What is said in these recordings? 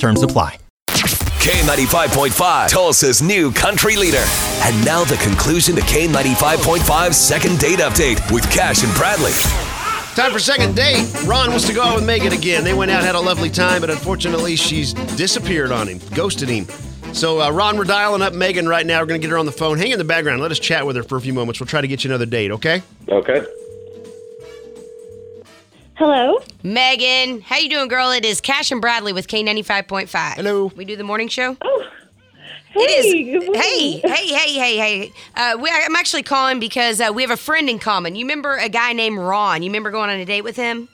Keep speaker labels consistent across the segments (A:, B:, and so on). A: Terms apply.
B: K95.5, Tulsa's new country leader. And now the conclusion to K95.5's second date update with Cash and Bradley.
C: Time for second date. Ron wants to go out with Megan again. They went out, had a lovely time, but unfortunately, she's disappeared on him, ghosted him. So, uh, Ron, we're dialing up Megan right now. We're going to get her on the phone. Hang in the background. Let us chat with her for a few moments. We'll try to get you another date, okay?
D: Okay.
E: Hello.
F: Megan, how you doing, girl? It is Cash and Bradley with K ninety five point five.
C: Hello.
F: We do the morning show.
E: Oh, Hey.
F: It
E: good
F: is. Hey,
E: morning.
F: hey, hey, hey, hey. Uh, we, I'm actually calling because uh, we have a friend in common. You remember a guy named Ron? You remember going on a date with him?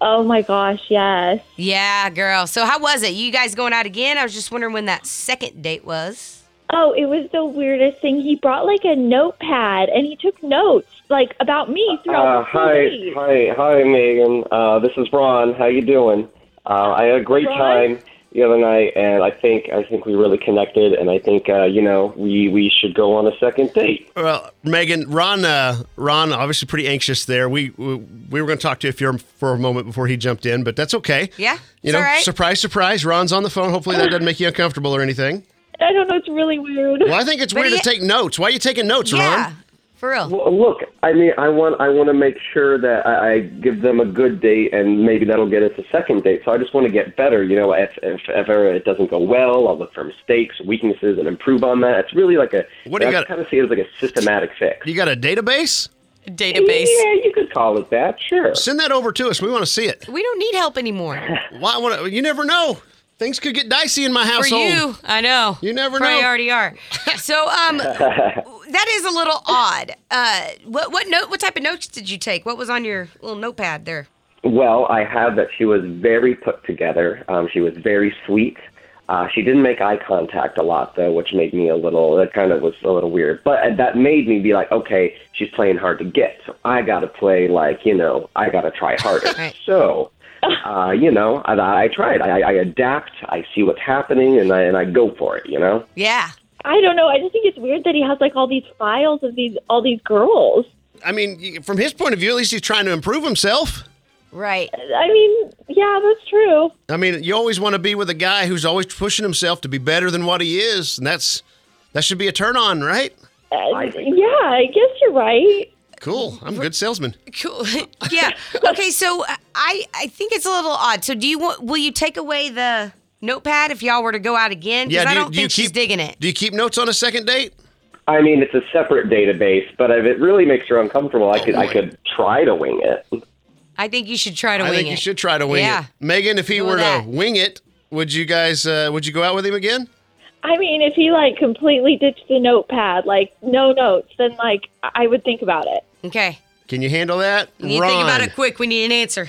E: Oh my gosh, yes.
F: Yeah, girl. So how was it? You guys going out again? I was just wondering when that second date was.
E: Oh, it was the weirdest thing. He brought like a notepad and he took notes like about me throughout
D: Uh,
E: the whole
D: hi,
E: date.
D: hi, hi, Megan. Uh, this is Ron. How you doing? Uh, I had a great
E: Ron?
D: time the other night, and I think I think we really connected, and I think uh, you know we we should go on a second date.
C: Well, Megan, Ron, uh, Ron, obviously pretty anxious there. We we, we were going to talk to you if you're for a moment before he jumped in, but that's okay.
F: Yeah,
C: You
F: it's
C: know,
F: all right.
C: surprise, surprise. Ron's on the phone. Hopefully, that doesn't make you uncomfortable or anything.
E: I don't know, it's really weird.
C: Well, I think it's
F: But
C: weird
F: he-
C: to take notes. Why are you taking notes,
F: Yeah,
C: Ron?
F: for real.
D: Well, look, I mean, I want I want to make sure that I, I give them a good date, and maybe that'll get us a second date. So I just want to get better. You know, if, if ever it doesn't go well, I'll look for mistakes, weaknesses, and improve on that. It's really like a
C: What do you
D: I
C: got-
D: kind of see it as like a systematic fix.
C: You got a database?
F: Database.
D: Yeah, you could call it that. Sure.
C: Send that over to us. We want to see it.
F: We don't need help anymore.
C: Why? What, you never know. Things could get dicey in my
F: For
C: household.
F: you, I know.
C: You never
F: Probably
C: know.
F: already are. So, um, that is a little odd. Uh, what what note? What type of notes did you take? What was on your little notepad there?
D: Well, I have that she was very put together. Um, she was very sweet. Uh, she didn't make eye contact a lot though, which made me a little. That kind of was a little weird. But uh, that made me be like, okay, she's playing hard to get, so I got to play like you know, I got to try harder.
F: Right.
D: So, uh, you know, I, I tried. I, I adapt. I see what's happening, and I and I go for it. You know.
F: Yeah.
E: I don't know. I just think it's weird that he has like all these files of these all these girls.
C: I mean, you- from his point of view, at least he's trying to improve himself.
F: Right.
C: Uh,
E: I mean, yeah, that's true.
C: I mean, you always want to be with a guy who's always pushing himself to be better than what he is, and that's that should be a turn on, right?
E: Uh,
D: I think-
E: yeah, I guess you're right.
C: Cool. I'm a good salesman.
F: Cool. yeah. Okay. So uh, I I think it's a little odd. So do you want? Will you take away the notepad if y'all were to go out again? 'Cause
C: Yeah.
F: I
C: do you-
F: don't
C: do you
F: think she's
C: keep-
F: digging it.
C: Do you keep notes on a second date?
D: I mean, it's a separate database, but if it really makes her uncomfortable, I could I could try to wing it.
F: I think you should try to
C: I
F: wing
C: think
F: it.
C: you should try to wing
F: Yeah.
C: it. Megan, if he
F: Go
C: were
F: with
C: to
F: that.
C: wing it, would you guys? Uh, would you go out with him again?
E: I mean, if he like completely ditched the notepad, like no notes, then like I I would think about it.
F: Okay.
C: Can you handle that,
F: You
C: Ron?
F: think about it quick. We need an answer.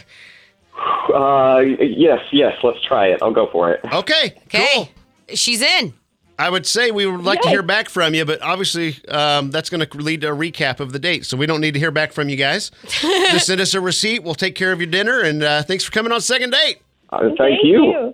D: Uh, yes, yes, let's try it. I'll go for it.
C: Okay.
F: Okay.
C: Cool.
F: She's in.
C: I would say we would like to
E: Yay.
C: hear back from you, but obviously um, that's going to lead to a recap of the date, so we don't need to hear back from you guys. Just send us a receipt. We'll take care of your dinner, and uh, thanks for coming on second date.
D: Uh, thank, you.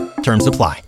A: Terms apply.